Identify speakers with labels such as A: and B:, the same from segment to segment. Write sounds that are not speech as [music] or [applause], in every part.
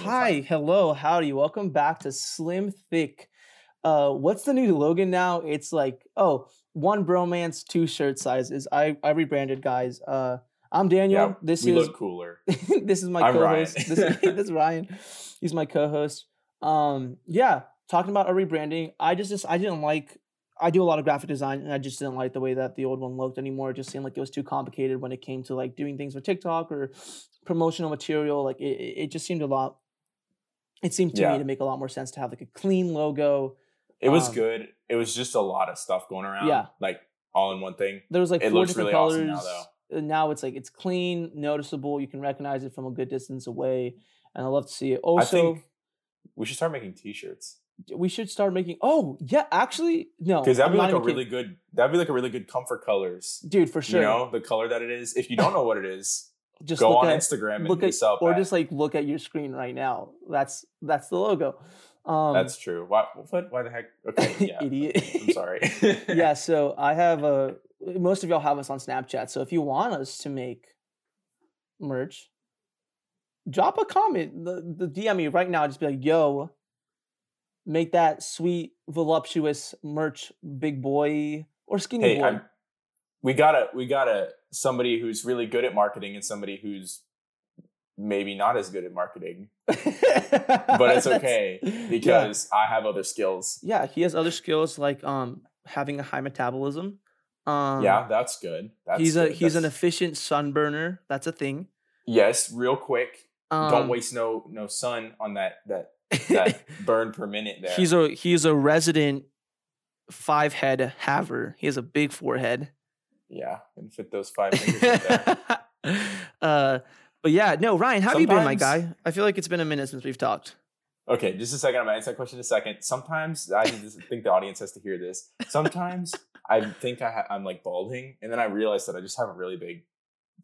A: Hi, hello, howdy. Welcome back to Slim Thick. Uh, what's the new slogan now? It's like, oh, one bromance, two shirt sizes. I, I rebranded, guys. Uh, I'm Daniel.
B: Yeah,
A: this
B: we
A: is
B: look cooler.
A: [laughs] this is my
B: I'm
A: co-host.
B: Ryan.
A: This, is, [laughs] this is Ryan. He's my co-host. Um, yeah, talking about a rebranding. I just, just I didn't like. I do a lot of graphic design, and I just didn't like the way that the old one looked anymore. It just seemed like it was too complicated when it came to like doing things for TikTok or promotional material. Like it, it it just seemed a lot. It seemed to
B: Yeah.
A: me to make a lot more sense to have like a clean logo.
B: It was
A: Um,
B: good. It was just a lot of stuff going around.
A: Yeah.
B: Like all in one thing.
A: There was like
B: It
A: four
B: looks
A: different
B: really
A: colors.
B: awesome now,
A: And now it's like it's clean, noticeable. You can recognize it from a good distance away, and I love to see it. Also,
B: I think we should start making t-shirts.
A: we should start making. Oh yeah, actually no,
B: Because that'd be
A: Oh, I'm
B: like
A: not even
B: a
A: kidding.
B: really good that'd be like a really good comfort colors.
A: dude for sure.
B: You know, the color that it is. If you don't know what it is,
A: [laughs] just
B: go
A: look
B: on
A: at
B: Instagram and
A: look
B: hit
A: at
B: us up.
A: or
B: at-
A: just like look at your screen right now. That's that's the logo. Um,
B: that's true. Why what, why the heck?
A: [laughs]
B: Okay, yeah.
A: idiot.
B: [laughs] I'm sorry.
A: [laughs] yeah, so I have a. Most of y'all have us on Snapchat, so if you want us to make merch, drop a comment. The, the DM me right now. Just be like, "Yo, make that sweet, voluptuous merch, big boy or skinny
B: Hey,
A: boy."
B: I'm, we gotta we gotta somebody who's really good at marketing and somebody who's maybe not as good at marketing. [laughs] But
A: but [laughs]
B: it's okay because I have other skills.
A: yeah, he has other skills like um having a high metabolism. Um,
B: yeah, that's good. That's
A: he's a
B: good.
A: he's an
B: That's-
A: efficient sunburner. That's a thing.
B: yes, real quick.
A: Um, [laughs]
B: Don't waste no no sun on that that that burn per minute there.
A: He's a he's a resident five head haver. He has a big forehead.
B: yeah, and fit those five fingers in
A: [laughs]
B: there.
A: uh, but yeah, no, Ryan, how have you been, my
B: Sometimes-
A: guy? I feel like it's been a minute since we've talked.
B: Okay, just a second. I'm gonna answer that question in a second. Sometimes I need to- [laughs] think the audience has to hear this. Sometimes I think I ha- I'm like balding, and then I realize that I just have a really big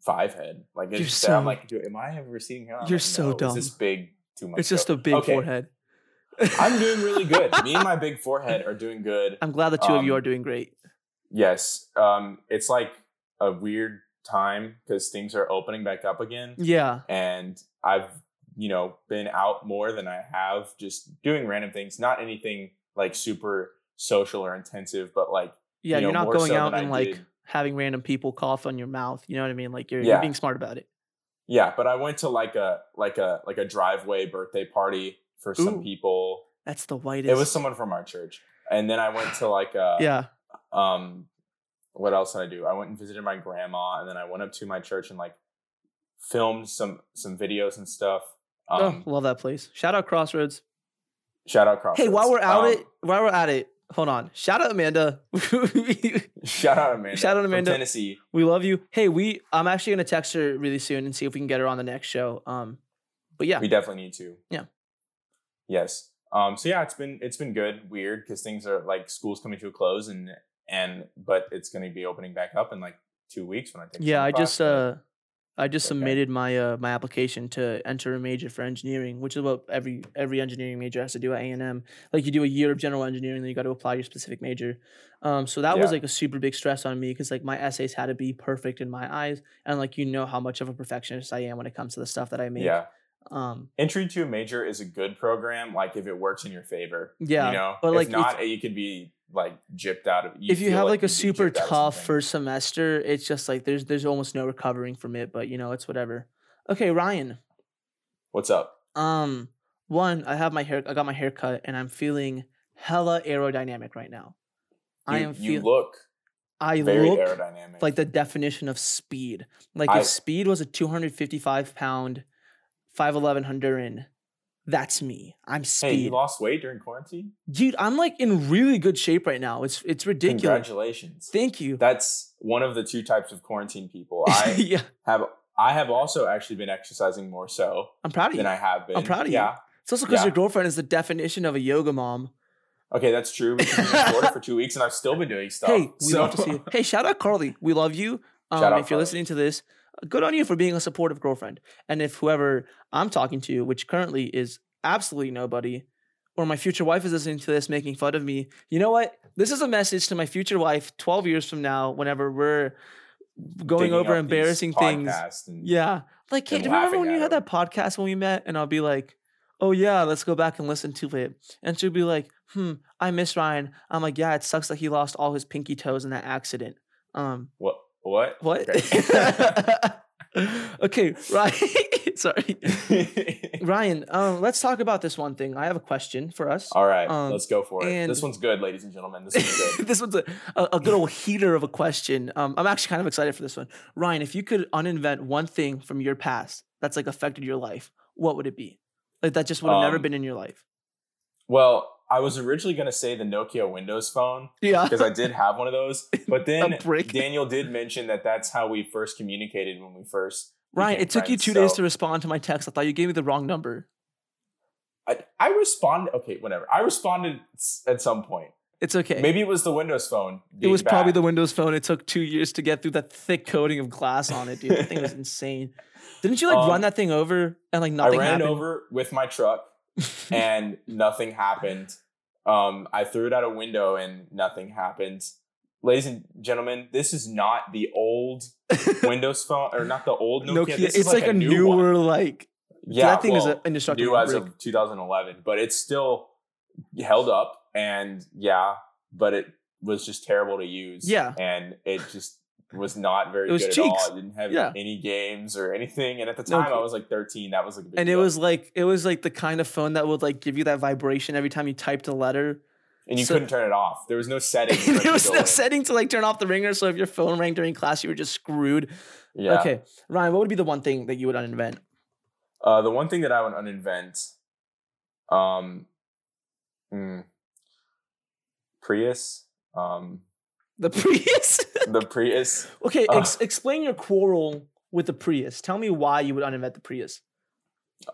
B: five head. Like it's
A: You're
B: just there, I'm
A: so-
B: like, dude, am I ever receding hairline? I'm
A: You're
B: like,
A: so
B: no, It's
A: dumb.
B: just big too much.
A: It's just a
B: go.
A: big
B: Okay,
A: forehead.
B: I'm doing really good. Me and my big forehead are doing good.
A: [laughs] I'm glad the two of you
B: um,
A: are doing great.
B: Yes. Um, it's like a weird time because things are opening back up again.
A: Yeah.
B: and I've you know been out more than I have just doing random things, not anything like super social or intensive, but like
A: Yeah,
B: you
A: you are
B: know,
A: not
B: more
A: going
B: so
A: out
B: than I
A: and like
B: did.
A: having random people cough on your mouth. You know what I mean? Like you're, you're
B: Yeah.
A: being smart about it.
B: yeah. But I went to like a like a like a driveway birthday party for some
A: Ooh.
B: people.
A: That's the whitest.
B: It was uh, someone from our church, and then I went to like a
A: Yeah.
B: um what else did I do? I went and visited my grandma, and then I went up to my church and like filmed some some videos and stuff. Um,
A: oh, love that place. Shout out Crossroads.
B: Shout out
A: Hey,
B: Crossroads.
A: while we're at
B: Um,
A: it, while we're at it, hold on. Shout out Amanda.
B: [laughs]
A: [laughs]
B: Shout out Amanda.
A: Shout out
B: from
A: Amanda.
B: Tennessee.
A: we love you. Hey, we. I'm actually gonna text her really soon and see if we can get her on the next show. Um, but yeah,
B: we definitely need to
A: Yeah.
B: yes um so yeah it's been it's been good weird because things are like school's coming to a close and and but it's going to be opening back up in like two weeks when i take
A: yeah.
B: swim
A: I
B: class,
A: just
B: but
A: uh, I just
B: Okay.
A: submitted my uh my application to enter a major for engineering, which is what every every engineering major has to do at A and M. Like you do a year of general engineering, then you got to apply your specific major. Um, so that was
B: Yeah.
A: like a super big stress on me because like my essays had to be perfect in my eyes, and like you know how much of a perfectionist I am when it comes to the stuff that I make.
B: yeah
A: Um,
B: entry to a major is a good program like if it works in your favor
A: Yeah,
B: you know
A: but,
B: if
A: like, if-
B: not you could be like gypped out of
A: if you
B: feel
A: have like, a
B: you'd be
A: super
B: gypped out of
A: tough
B: something.
A: first semester, it's just like there's there's almost no recovering from it, but you know, it's whatever. Okay, Ryan.
B: what's up
A: Um one, I have my hair I got my hair cut and I'm feeling hella aerodynamic right now. I
B: you,
A: am
B: you
A: feeling
B: look
A: I
B: very
A: look
B: aerodynamic
A: like the definition of speed. Like
B: I-
A: if speed was a 255 pound 5'11 Honduran, that's me. I'm
B: hey you
A: speed.
B: lost weight during quarantine
A: Dude, I'm like in really good shape right now. It's it's ridiculous.
B: congratulations
A: Thank you.
B: that's one of the two types of quarantine people i
A: [laughs] yeah,
B: have I have also actually been exercising more so
A: I'm proud of you.
B: than I have been.
A: proud of you.
B: yeah.
A: It's also because
B: Yeah.
A: your girlfriend is the definition of a yoga mom.
B: Okay, that's true. We've been in Florida for two weeks and I've still been doing stuff.
A: Hey, we love to
B: so-
A: see you. Hey, shout out Carly. We love you. Um,
B: [laughs] Shout out
A: if you're
B: Carly.
A: listening to this, good on you for being a supportive girlfriend. And if whoever I'm talking to, which currently is absolutely nobody, or my future wife is listening to this making fun of me, you know what? This is a message to my future wife 12 years from now, whenever we're going
B: Digging
A: over
B: up these
A: embarrassing things.
B: podcasts and-
A: Yeah. Like, hey,
B: and
A: do you remember
B: laughing
A: when you had
B: at
A: that podcast when we met? And I'll be like, oh yeah, let's go back and listen to it. And she'll be like, hmm, I miss Ryan. I'm like, yeah, it sucks that he lost all his pinky toes in that accident. Um,
B: What? What? [laughs]
A: what?
B: Okay.
A: [laughs] okay, right. [laughs]
B: [laughs]
A: Sorry, Ryan. Um, let's talk about this one thing. I have a question for us.
B: All right,
A: Um,
B: let's go for it. This
A: and-
B: one's good, ladies and gentlemen. This one's
A: [laughs]
B: good.
A: this one's a, a, a good old heater of a question. Um, I'm actually kind of excited for this one. Ryan, if you could uninvent one thing from your past that's like affected your life, what would it be? Like that just would have never
B: Um,
A: been in your life.
B: well, I was originally going to say the Nokia Windows phone
A: Yeah.
B: because I did have one of those,
A: [laughs]
B: but then
A: brick.
B: Daniel did mention that that's how we first communicated when we first.
A: [laughs] Ryan,
B: became
A: it took you
B: friends,
A: two days
B: so-
A: to respond to my text. I thought you gave me the wrong number.
B: I, I responded. Okay, whatever. I responded s- at some point.
A: It's okay.
B: Maybe it was the Windows phone.
A: it was probably the Windows
B: Windows.
A: phone. It took two years to get through that thick coating of glass on it, dude. That
B: [laughs]
A: thing was insane. Didn't you like run
B: Um,
A: that thing over and like
B: I
A: nothing
B: ran
A: happened? [laughs]
B: over with my truck and nothing happened. Um, I threw it out a window and nothing happened. Ladies and gentlemen, this is not the
A: [laughs]
B: old Windows phone, or not the old Nokia.
A: Nokia.
B: This
A: It's like, a,
B: one.
A: newer like.
B: Yeah,
A: that thing is
B: well,
A: a indestructible.
B: new as
A: brick.
B: of 2011, but it's still held up. And yeah, but it was just terrible to use.
A: Yeah.
B: and it just was not very
A: It was
B: good
A: cheeks.
B: at all. It didn't have
A: Yeah.
B: any games or anything. And at the
A: No
B: time,
A: clue.
B: I was like 13. That was like a big
A: and it
B: deal.
A: was like it was like the kind of phone that would like give you that vibration every time you typed a letter.
B: and you
A: so-
B: couldn't turn it off. There was no
A: [laughs]
B: setting. for it to
A: there was
B: go
A: no
B: in.
A: setting to like turn off the ringer, so if your phone rang during class, you were just screwed.
B: Yeah.
A: Okay, Ryan, what would be the one thing that you would uninvent?
B: Uh, the one thing that I would uninvent, um, mm, Prius, um,
A: The [laughs] Prius.
B: the Prius.
A: okay,
B: Uh.
A: ex- explain your quarrel with the Prius. Tell me why you would uninvent the Prius. [laughs]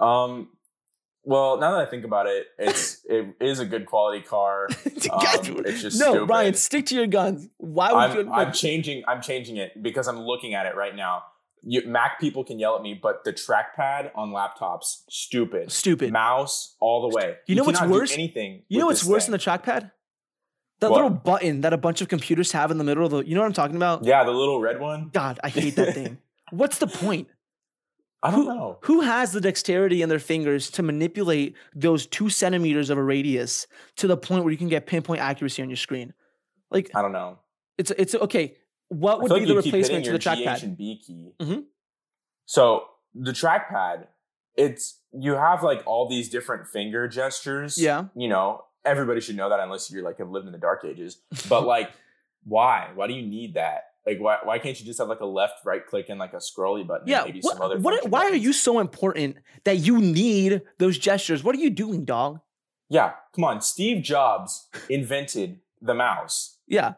B: Um, well, now that I think about it,
A: [laughs]
B: it's it is a good quality car.
A: God,
B: Um, it's just
A: no,
B: stupid.
A: Ryan, stick to your guns. Why would you?
B: I'm, I'm
A: like,
B: changing. I'm changing it because I'm looking at it right now. You, Mac people can yell at me, but the trackpad on laptops, stupid.
A: stupid.
B: Mouse all the way.
A: You know what's
B: cannot do
A: worse?
B: anything.
A: You know
B: with
A: what's
B: this
A: worse
B: thing.
A: than the trackpad? That
B: What?
A: little button that a bunch of computers have in the middle of the. You know what I'm talking about?
B: Yeah, the little red one.
A: God, I hate that
B: [laughs]
A: thing. What's the point?
B: I don't know.
A: Who has the dexterity in their fingers to manipulate those two centimeters of a radius to the point where you can get pinpoint accuracy on your screen? Like
B: I don't know.
A: it's it's okay. What
B: I
A: would
B: feel
A: be
B: like
A: the
B: you keep hitting
A: replacement to the
B: your
A: trackpad?
B: GH and B key.
A: Mhm.
B: So the trackpad, it's you have like all these different finger gestures.
A: Yeah.
B: You know, everybody should know that unless you're like have lived in the dark ages.
A: [laughs]
B: But like, why? Why do you need that? Like, why, why can't you just have like a left right click and like a scrolly button? and
A: yeah.
B: Maybe some other
A: What, what,
B: function
A: why are
B: buttons?
A: you so important that you need those gestures? What are you doing, dog?
B: Yeah. Come on. Steve Jobs invented the mouse.
A: [laughs] Yeah.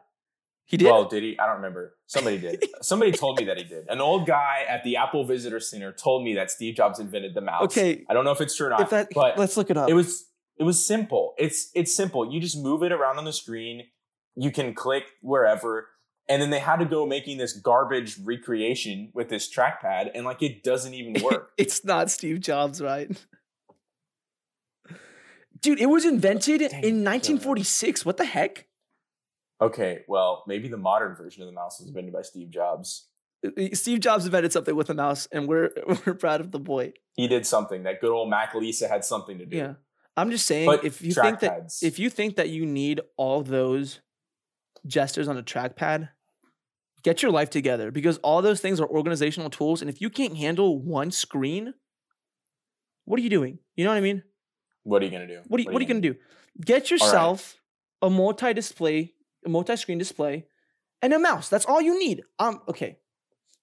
A: He did.
B: Well, did he? I don't remember.
A: [laughs]
B: Somebody did. Somebody told me that he did. An old guy at the Apple Visitor Center told me that Steve Jobs invented the mouse.
A: okay.
B: I don't know if it's true or not,
A: If that,
B: uh, but
A: let's look it up.
B: it was it was simple. It's it's simple. You just move it around on the screen. You can click wherever, and then they had to go making this garbage recreation with this trackpad, and like it doesn't
A: [laughs]
B: even work.
A: It's not Steve Jobs, right? Dude, it was invented
B: Dang,
A: in 1946. What the heck?
B: okay, well maybe the modern version of the mouse was invented by Steve Jobs.
A: Uh, uh, Steve Jobs invented something with a mouse, and we're [laughs] we're proud of the boy.
B: He did something that good old Mac Lisa had something to do.
A: Yeah, I'm just saying
B: But
A: if you think that
B: trackpads.
A: if you think that you need all those gestures on a trackpad, get your life together because all those things are organizational tools, and if you can't handle one screen, what are you doing? You know what I mean?
B: what are you gonna do?
A: What are you, what are you gonna do? Get yourself a multi-display, a multi-screen display, and a mouse. That's all you need. Um, okay,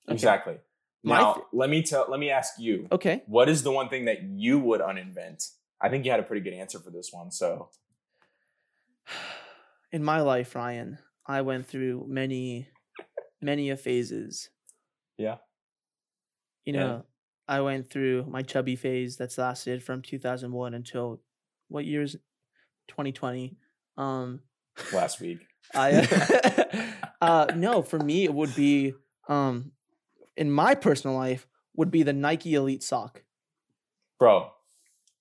A: Okay.
B: Exactly.
A: My
B: now,
A: th-
B: let me tell. Let me ask you.
A: okay. [sighs]
B: What is the one thing that you would uninvent? I think you had a pretty good answer for this
A: [laughs]
B: one. So
A: In my life, Ryan, I went through many, many a phases.
B: Yeah.
A: You
B: Yeah.
A: know, I went through my chubby phase that's lasted from 2001 until what years? 2020. Um,
B: last week,
A: I uh, [laughs] uh, no, for me it would be um in my personal life would be the Nike Elite sock.
B: bro,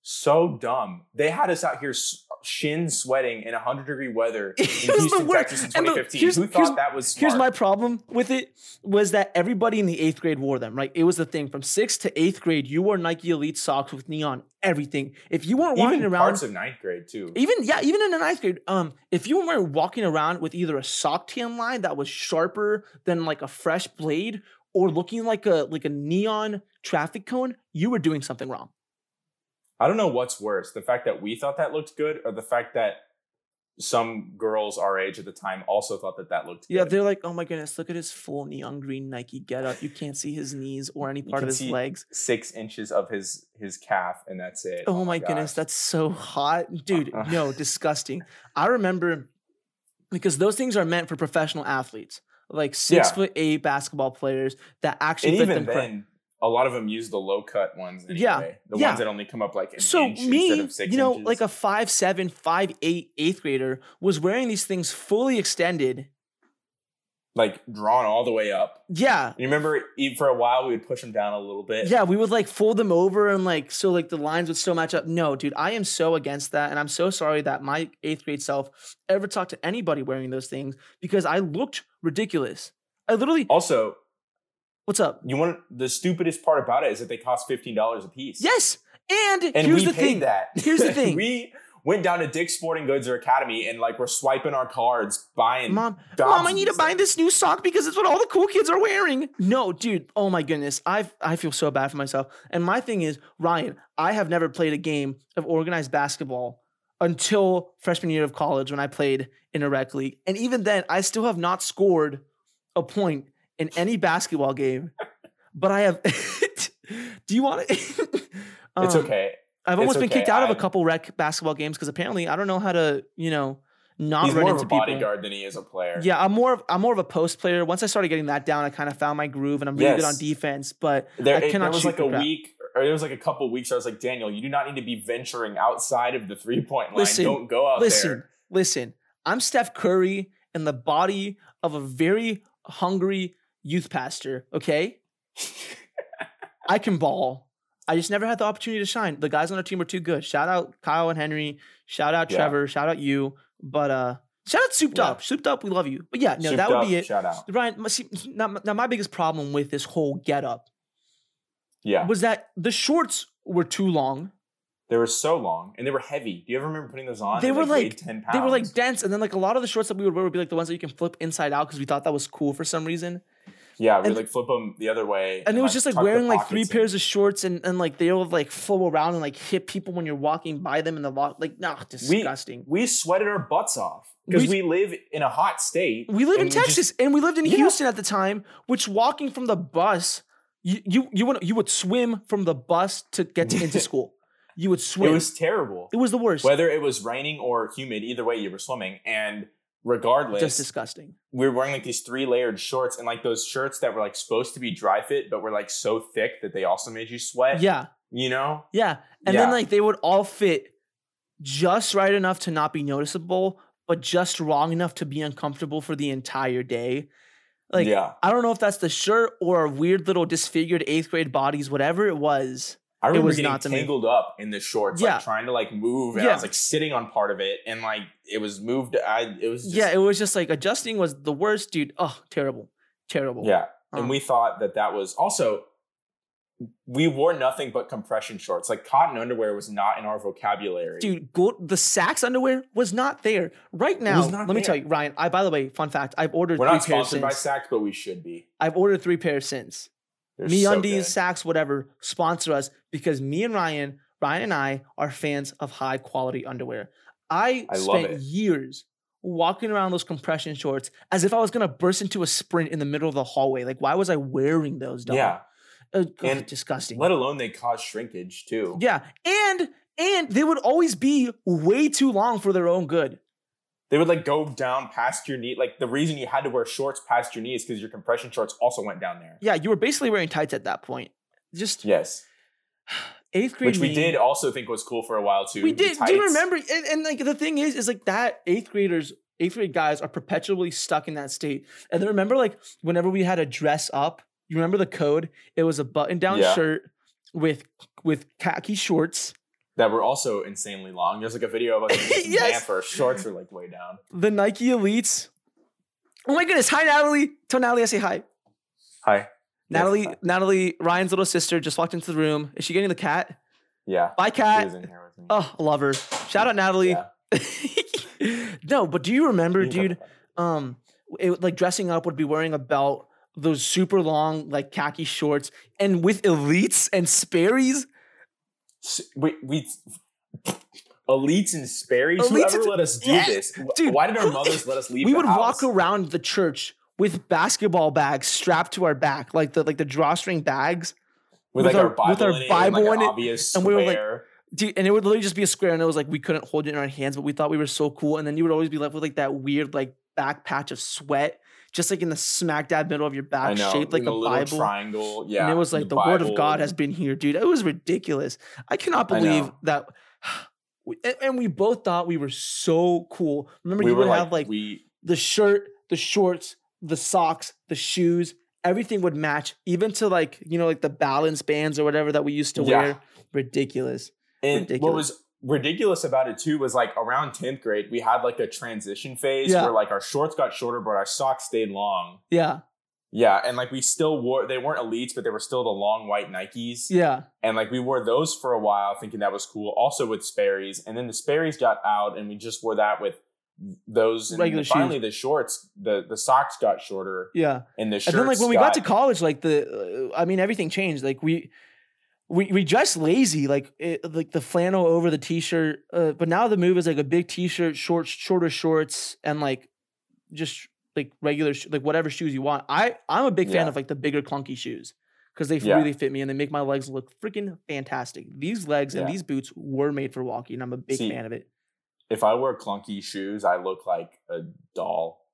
B: so dumb. They had us out here s- shin sweating in 100 degree
A: [laughs]
B: weather in
A: It was the
B: Houston,
A: worst.
B: Texas in
A: And the-
B: 2015.
A: here's-
B: Who
A: here's-
B: thought that was smart?
A: Here's my problem with it was that everybody in the eighth grade wore them, right? It was the thing from sixth to eighth grade. You wore Nike Elite socks with neon everything. If you weren't walking
B: even
A: around,
B: parts of ninth grade too.
A: even yeah, even in the ninth grade, um, if you weren't walking around with either a sock tan line that was sharper than like a fresh blade or looking like a like a neon traffic cone, you were doing something wrong.
B: I don't know what's worse: the fact that we thought that looked good, or the fact that some girls our age at the time also thought that that looked
A: Yeah,
B: good.
A: they're like, oh my goodness, look at his full neon green Nike getup. You can't see his knees or any
B: You
A: part
B: can
A: of his
B: see-
A: legs.
B: Six inches of his his calf, and that's it.
A: Oh, my goodness,
B: gosh.
A: that's so hot. Dude,
B: Uh-uh.
A: no, disgusting. I remember because those things are meant for professional athletes, like six
B: Yeah.
A: foot eight basketball players that actually
B: and
A: fit
B: even
A: them correct.
B: then, a lot of them use the low cut ones. Anyway,
A: Yeah,
B: the
A: yeah.
B: ones that only come up like an
A: So
B: inch
A: me,
B: instead of six
A: you know,
B: inches.
A: like a five seven, five eight eighth grader was wearing these things fully extended.
B: like drawn all the way up.
A: Yeah.
B: You remember e- for a while we would push them down a little bit.
A: Yeah, we would like fold them over and like so like the lines would still match up. No, dude, I am so against that, and I'm so sorry that my eighth grade self ever talked to anybody wearing those things because I looked ridiculous. I
B: Oh.
A: literally,
B: Also,
A: what's up?
B: you want the stupidest part about it is that they cost fifteen dollars a piece.
A: Yes, and,
B: and
A: here's
B: we
A: the
B: paid
A: thing.
B: that.
A: Here's
B: [laughs]
A: the thing.
B: we went down to Dick's Sporting Goods or Academy and like we're swiping our cards, buying.
A: Mom,
B: gobs
A: mom, I
B: of
A: need to
B: these
A: buy
B: things.
A: this new sock because it's what all the cool kids are wearing. No, dude. Oh my goodness. I I feel so bad for myself. And my thing is, Ryan, I have never played a game of organized basketball until freshman year of college when I played in a rec league. And even then, I still have not scored a point in any basketball game. But I have [laughs] Do you [laughs] want to
B: It's
A: Uh,
B: okay.
A: I've
B: It's
A: almost been
B: okay.
A: kicked out of a
B: I'm-
A: couple rec basketball games because apparently I don't know how to, you know, not
B: He's
A: run
B: more of
A: into
B: a
A: people.
B: bodyguard than he is a player.
A: Yeah, I'm more of I'm more of a post player. Once I started getting that down, I kind of found my groove and I'm really good on
B: Yes.
A: defense. But
B: There,
A: I
B: it- there
A: cannot
B: was
A: shoot
B: like
A: the
B: a
A: crap.
B: week, or there was like a couple weeks. Where I was like, Daniel, you do not need to be venturing outside of the three point line.
A: Listen,
B: Don't go out
A: listen,
B: there.
A: listen, I'm Steph Curry in the body of a very hungry youth pastor.
B: [laughs]
A: Okay, I can ball. I just never had the opportunity to shine. The guys on our team were too good. Shout out Kyle and Henry. Shout out
B: Yeah.
A: Trevor. Shout out you. But uh, shout out Souped
B: Yeah.
A: Up. Souped Up, we love you. But yeah, no,
B: Souped
A: that would
B: up,
A: be it.
B: Shout out.
A: Ryan, my- see, now, now my biggest problem with this whole get up
B: Yeah,
A: was that the shorts were too long.
B: they were so long and they were heavy. Do you ever remember putting those on?
A: They were
B: weighed
A: like-
B: ten pounds.
A: They were like dense, and then like a lot of the shorts that we would wear would be like the ones that you can flip inside out because we thought that was cool for some reason.
B: yeah, we
A: and-
B: like flip them the other way.
A: And it was just like
B: tuck the
A: wearing like three
B: pockets in.
A: pairs of shorts, and and like they would like flow around and like hit people when you're walking by them in the lot. Like, nah, disgusting.
B: We sweated our butts off because
A: We-
B: we, live in a hot state.
A: We, live in
B: and we just-
A: Texas, and we lived in
B: Yeah.
A: Houston at the time, which walking from the bus, you you you would you would swim from the bus to get to,
B: [laughs]
A: into school. You would swim.
B: it was terrible.
A: the worst.
B: Whether it was raining or humid, either way, you were swimming. And regardless,
A: Just disgusting.
B: we were wearing like these three layered shorts and like those shirts that were like supposed to be dry fit, but were like so thick that they also made you sweat.
A: Yeah.
B: You know?
A: Yeah. And then
B: Yeah.
A: like they would all fit just right enough to not be noticeable, but just wrong enough to be uncomfortable for the entire day. Like
B: yeah.
A: I don't know if that's the shirt or our weird little disfigured eighth grade bodies, whatever it was.
B: I remember
A: was
B: getting
A: not to me.
B: tangled up in the shorts,
A: Yeah.
B: like trying to like move, and
A: Yeah.
B: I was like sitting on part of it, and like it was moved. I it was just,
A: yeah, it was just like adjusting was the worst, dude. Oh, terrible. Terrible.
B: yeah.
A: Um,
B: and we thought that that was also we wore nothing but compression shorts. Like cotton underwear was not in our vocabulary.
A: Dude, gold, the Saks underwear was not there. Right now,
B: not
A: let me tell
B: there.
A: you, Ryan, I by the way, fun fact, I've ordered
B: we're
A: three
B: not
A: pairs
B: sponsored
A: since.
B: by Saks, but we should be.
A: I've ordered three pairs since.
B: They're
A: Me
B: so
A: Undies,
B: good.
A: Saks, whatever, sponsor us because me and Ryan, Ryan and I are fans of high quality underwear. I,
B: I love
A: spent
B: it.
A: years walking around those compression shorts as if I was gonna burst into a sprint in the middle of the hallway. Like, why was I wearing those? Dog?
B: Yeah,
A: Uh, ugh,
B: and
A: disgusting.
B: let alone they cause shrinkage too.
A: yeah, and and they would always be way too long for their own good.
B: They would like go down past your knee. Like the reason you had to wear shorts past your knee is because your compression shorts also went down there.
A: Yeah, you were basically wearing tights at that point. Just
B: Yes,
A: eighth grade.
B: which we
A: me-
B: did also think was cool for a while too.
A: We
B: the
A: did. Do you
B: tights.
A: remember? And, and like the thing is, is like that eighth graders, eighth grade guys are perpetually stuck in that state. And then remember, like whenever we had a dress up, you remember the code? It was a button down
B: Yeah.
A: shirt with with khaki shorts
B: that were also insanely long. There's like a video of [laughs] us using
A: Yes.
B: Bamfer. Shorts are like way down.
A: The Nike Elites. Oh my goodness. Hi, Natalie. Tell Natalie I say hi.
B: Hi.
A: Natalie,
B: hi.
A: Natalie, Ryan's little sister just walked into the room. Is she getting the cat?
B: Yeah.
A: Bye,
B: He
A: cat.
B: was in here with me.
A: Oh, love her. Shout out, Natalie.
B: Yeah.
A: [laughs] no, but do you remember,
B: You can talk
A: dude?
B: about it.
A: Um, it, like dressing up would be wearing a belt, those super long like khaki shorts, and with elites and Sperry's.
B: S- We, we, elites and Sperry's.
A: Elites
B: Whoever
A: and-
B: let us do
A: Yeah.
B: this? Wh-
A: Dude,
B: Why did our
A: who-
B: [laughs] mothers let us leave?
A: We
B: the
A: would walk
B: house?
A: around the church with basketball bags strapped to our back, like the like the drawstring bags.
B: with,
A: with
B: like our,
A: our-
B: Bible
A: with our
B: in it, and,
A: Bible
B: like
A: in
B: an
A: it,
B: obvious
A: and we were, like,
B: square.
A: Dude, and it would literally just be a square, and it was like we couldn't hold it in our hands, but we thought we were so cool. And then you would always be left with like that weird like back patch of sweat, just like in the smack dab middle of your
B: I
A: back,
B: know,
A: shaped like
B: in
A: a
B: a little
A: Bible.
B: triangle. Yeah,
A: and it was like the, word of God has been here, dude. It was ridiculous. I cannot
B: I
A: believe
B: know.
A: that. [sighs] we- and- And we both thought we were so cool. Remember,
B: We
A: you
B: were
A: would
B: like,
A: have like
B: we
A: the shirt, the shorts, the socks, the shoes. Everything would match, even to like you know like the balance bands or whatever that we used to
B: Yeah.
A: wear. Ridiculous.
B: And what
A: Ridiculous.
B: was ridiculous about it too was like around 10th grade, we had like a transition phase
A: Yeah.
B: where like our shorts got shorter, but our socks stayed long.
A: Yeah,
B: Yeah. And like we still wore, they weren't elites, but they were still the long white Nikes.
A: yeah,
B: And like we wore those for a while, thinking that was cool. Also with Sperry's. And then the Sperry's got out and we just wore that with those. And
A: Regular
B: finally the shorts, the, the socks got shorter
A: yeah.
B: and the shirts.
A: and then like when we got to college like the uh, i mean everything changed like we we, we dressed lazy like it, like the flannel over the t-shirt uh, but now the move is like a big t-shirt short shorter shorts and like just like regular sh- like whatever shoes you want i i'm a big fan
B: Yeah.
A: of like the bigger clunky shoes because they
B: Yeah.
A: really fit me and they make my legs look freaking fantastic these legs and
B: Yeah.
A: these boots were made for walking and i'm a big
B: See,
A: fan of it [laughs]
B: if I wear clunky shoes, I look like a doll.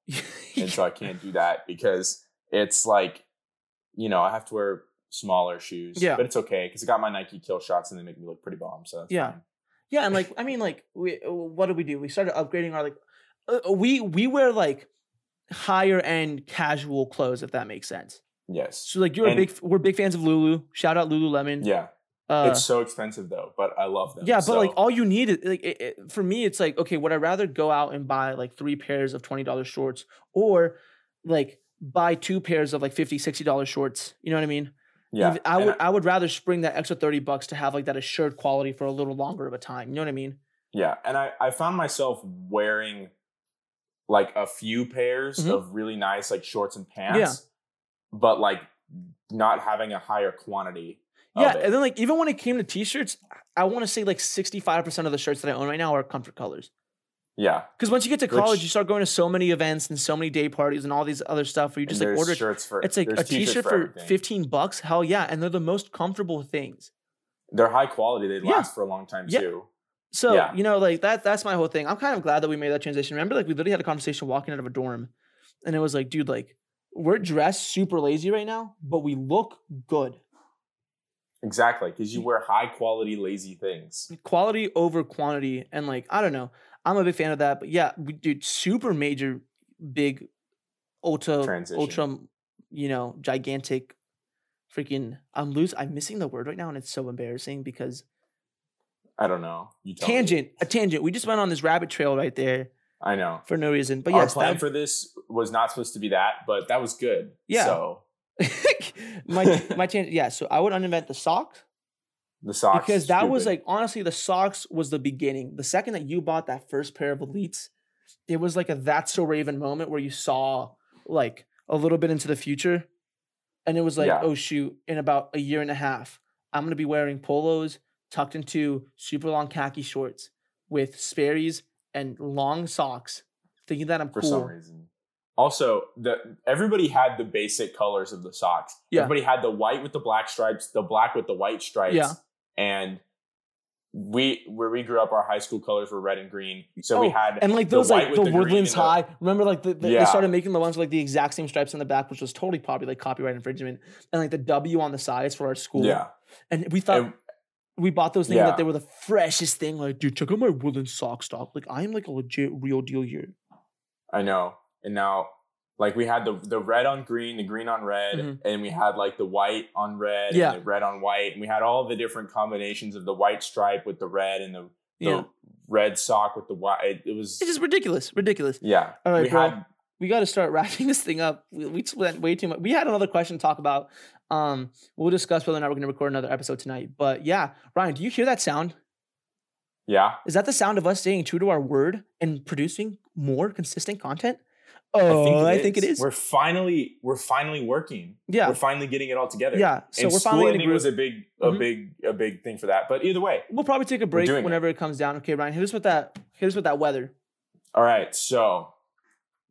B: and
A: [laughs]
B: so I can't do that because it's like, you know, I have to wear smaller shoes.
A: Yeah.
B: but it's okay because I got my Nike kill shots and they make me look pretty bomb. So that's
A: Yeah.
B: fine.
A: Yeah, and like I mean, like we uh, what did we do? We started upgrading our like uh, we we wear like higher end casual clothes if that makes sense.
B: yes,
A: So like you're
B: And-
A: a big we're big fans of Lulu. Shout out Lululemon.
B: yeah.
A: uh,
B: it's so expensive though, but I love them.
A: yeah, but like
B: so-
A: all you need is like it, it- for me, it's like okay, would I rather go out and buy like three pairs of twenty dollars shorts or like buy two pairs of like 50 60 dollars shorts you know what i mean
B: yeah,
A: Even- i
B: and
A: would I, would rather spring that extra 30 bucks to have like that assured quality for a little longer of a time you know what i mean
B: yeah, and I I found myself wearing like a few pairs
A: Mhm.
B: of really nice like shorts and pants, but like not having a higher quantity. of
A: Yeah,
B: it.
A: and then like even when it came to t-shirts, I want to say like 65% of the shirts that I own right now are comfort colors.
B: yeah.
A: Because once you get to college,
B: Which-
A: you start going to so many events and so many day parties and all these other stuff where you
B: And
A: just like
B: there's
A: order
B: shirts for
A: it's like
B: there's
A: a
B: t-shirts
A: t-shirt for
B: everything.
A: 15 bucks. Hell yeah, and they're the most comfortable things.
B: They're high quality. They
A: Yeah.
B: last for a long time
A: Yeah.
B: too.
A: So,
B: Yeah.
A: you know, like that that's my whole thing. I'm kind of glad that we made that transition. Remember like we literally had a conversation walking out of a dorm and it was like, dude, like we're dressed super lazy right now, but we look good.
B: Exactly, because you wear high quality lazy things.
A: quality over quantity and like i don't know i'm a big fan of that but yeah we dude super major big ultra
B: Transition.
A: ultra you know gigantic freaking i'm lose i'm missing the word right now and it's so embarrassing because
B: I don't know. You tell me.
A: tangent a tangent we just went on this rabbit trail right there
B: I know.
A: for no reason but
B: Our
A: yes
B: plan
A: that,
B: for this was not supposed to be that, but that was good.
A: Yeah.
B: So
A: [laughs] my
B: [laughs]
A: my tangent yeah so i would uninvent the socks
B: the socks
A: because that was
B: stupid.
A: like honestly the socks was the beginning the second that you bought that first pair of elites it was like a that's so raven moment where you saw like a little bit into the future and it was like
B: Yeah.
A: oh shoot in about a year and a half i'm going to be wearing polos tucked into super long khaki shorts with sperry's and long socks thinking that i'm
B: for
A: cool
B: some reason. Also, the everybody had the basic colors of the socks.
A: Yeah.
B: Everybody had the white with the black stripes, the black with the white stripes.
A: Yeah.
B: And we where we grew up, our high school colors were red and green. So we
A: Oh,
B: had
A: and like
B: the
A: those
B: white
A: like
B: with
A: the,
B: the green
A: woodlands
B: and the-
A: high remember like the, the-
B: Yeah.
A: they started making the ones with like the exact same stripes on the back which was totally probably like copyright infringement and like the w on the sides for our school
B: yeah.
A: and we thought
B: And-
A: we bought those thinking
B: Yeah.
A: that they were the freshest thing like dude check out my woodland sock stock like i am like a legit real deal here
B: I know. And now, Like we had the the red on green, the green on red,
A: Mhm.
B: and we had like the white on red,
A: Yeah.
B: and the red on white, and we had all the different combinations of the white stripe with the red and the, the
A: Yeah.
B: red sock with the white. It, it was
A: It's just ridiculous, ridiculous.
B: yeah.
A: All right,
B: we
A: bro.
B: had
A: we got to start [laughs] wrapping this thing up. We, we spent way too much. We had another question to talk about. Um, we'll discuss whether or not we're going to record another episode tonight. But yeah, Ryan, do you hear that sound?
B: yeah.
A: Is that the sound of us staying true to our word and producing more consistent content?
B: I think,
A: Oh,
B: it
A: I think it is.
B: We're finally we're finally working.
A: yeah,
B: We're finally getting it all together.
A: yeah. So
B: and
A: we're
B: school
A: finally in a
B: ending
A: groove.
B: was a big a
A: Mhm.
B: big a big thing for that. But either way,
A: we'll probably take a break
B: doing it.
A: whenever it. comes down. Okay, Ryan, hit us with that. Hit us with that weather.
B: all right. So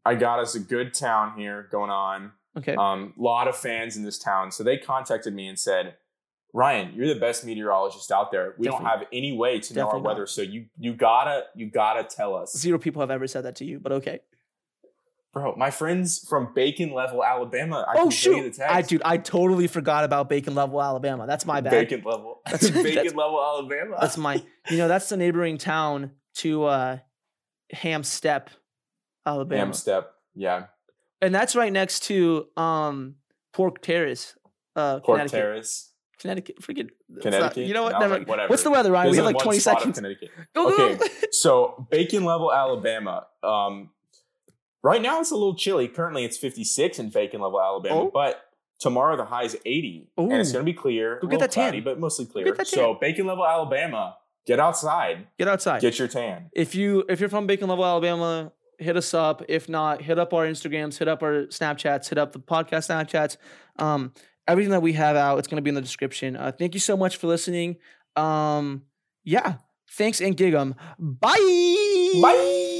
B: I got us a good town here going on.
A: Okay.
B: Um, lot of fans in this town. So they contacted me and said, Ryan, you're the best meteorologist out there. We don't
A: Definitely.
B: have any way to know our
A: Definitely not.
B: weather. So you you gotta you gotta tell us.
A: Zero people have ever said that to you, but okay.
B: Bro, my friends from Bacon Level, Alabama, I
A: oh
B: can show you the
A: shoot,
B: text.
A: I dude, I totally forgot about Bacon Level, Alabama. That's my bad.
B: Bacon [laughs] Level.
A: [laughs] That's-
B: Bacon
A: that's-
B: Level, Alabama.
A: That's my, you know, that's the neighboring town to uh, Ham Step, Alabama,
B: Damn step. Yeah.
A: and that's right next to um, Pork Terrace, uh,
B: Cork
A: Connecticut.
B: Terrace.
A: Connecticut, freaking it's not-
B: Connecticut.
A: you know what?
B: No,
A: Never.
B: like, whatever.
A: What's the weather, Ryan?
B: There's
A: we have
B: only
A: like
B: one
A: twenty
B: spot of
A: seconds.
B: Connecticut.
A: Go, go, go.
B: Okay. So Bacon Level, Alabama. Um, right now it's a little chilly. Currently it's 56 in Bacon Level, Alabama.
A: Oh.
B: But tomorrow the high is 80, and it's
A: Ooh.
B: going to be clear.
A: Go
B: a
A: get
B: little
A: that tan.
B: cloudy, but mostly clear.
A: that
B: So Bacon Level, Alabama, get outside,
A: [laughs] Get outside.
B: get your tan.
A: if you if you're from Bacon Level, Alabama, hit us up. If not, hit up our Instagrams, hit up our Snapchats, hit up the podcast Snapchats. Um, everything that we have out, it's gonna be in the description. Uh, thank you so much for listening. Um, yeah, thanks and gig 'em. Bye.
B: Bye.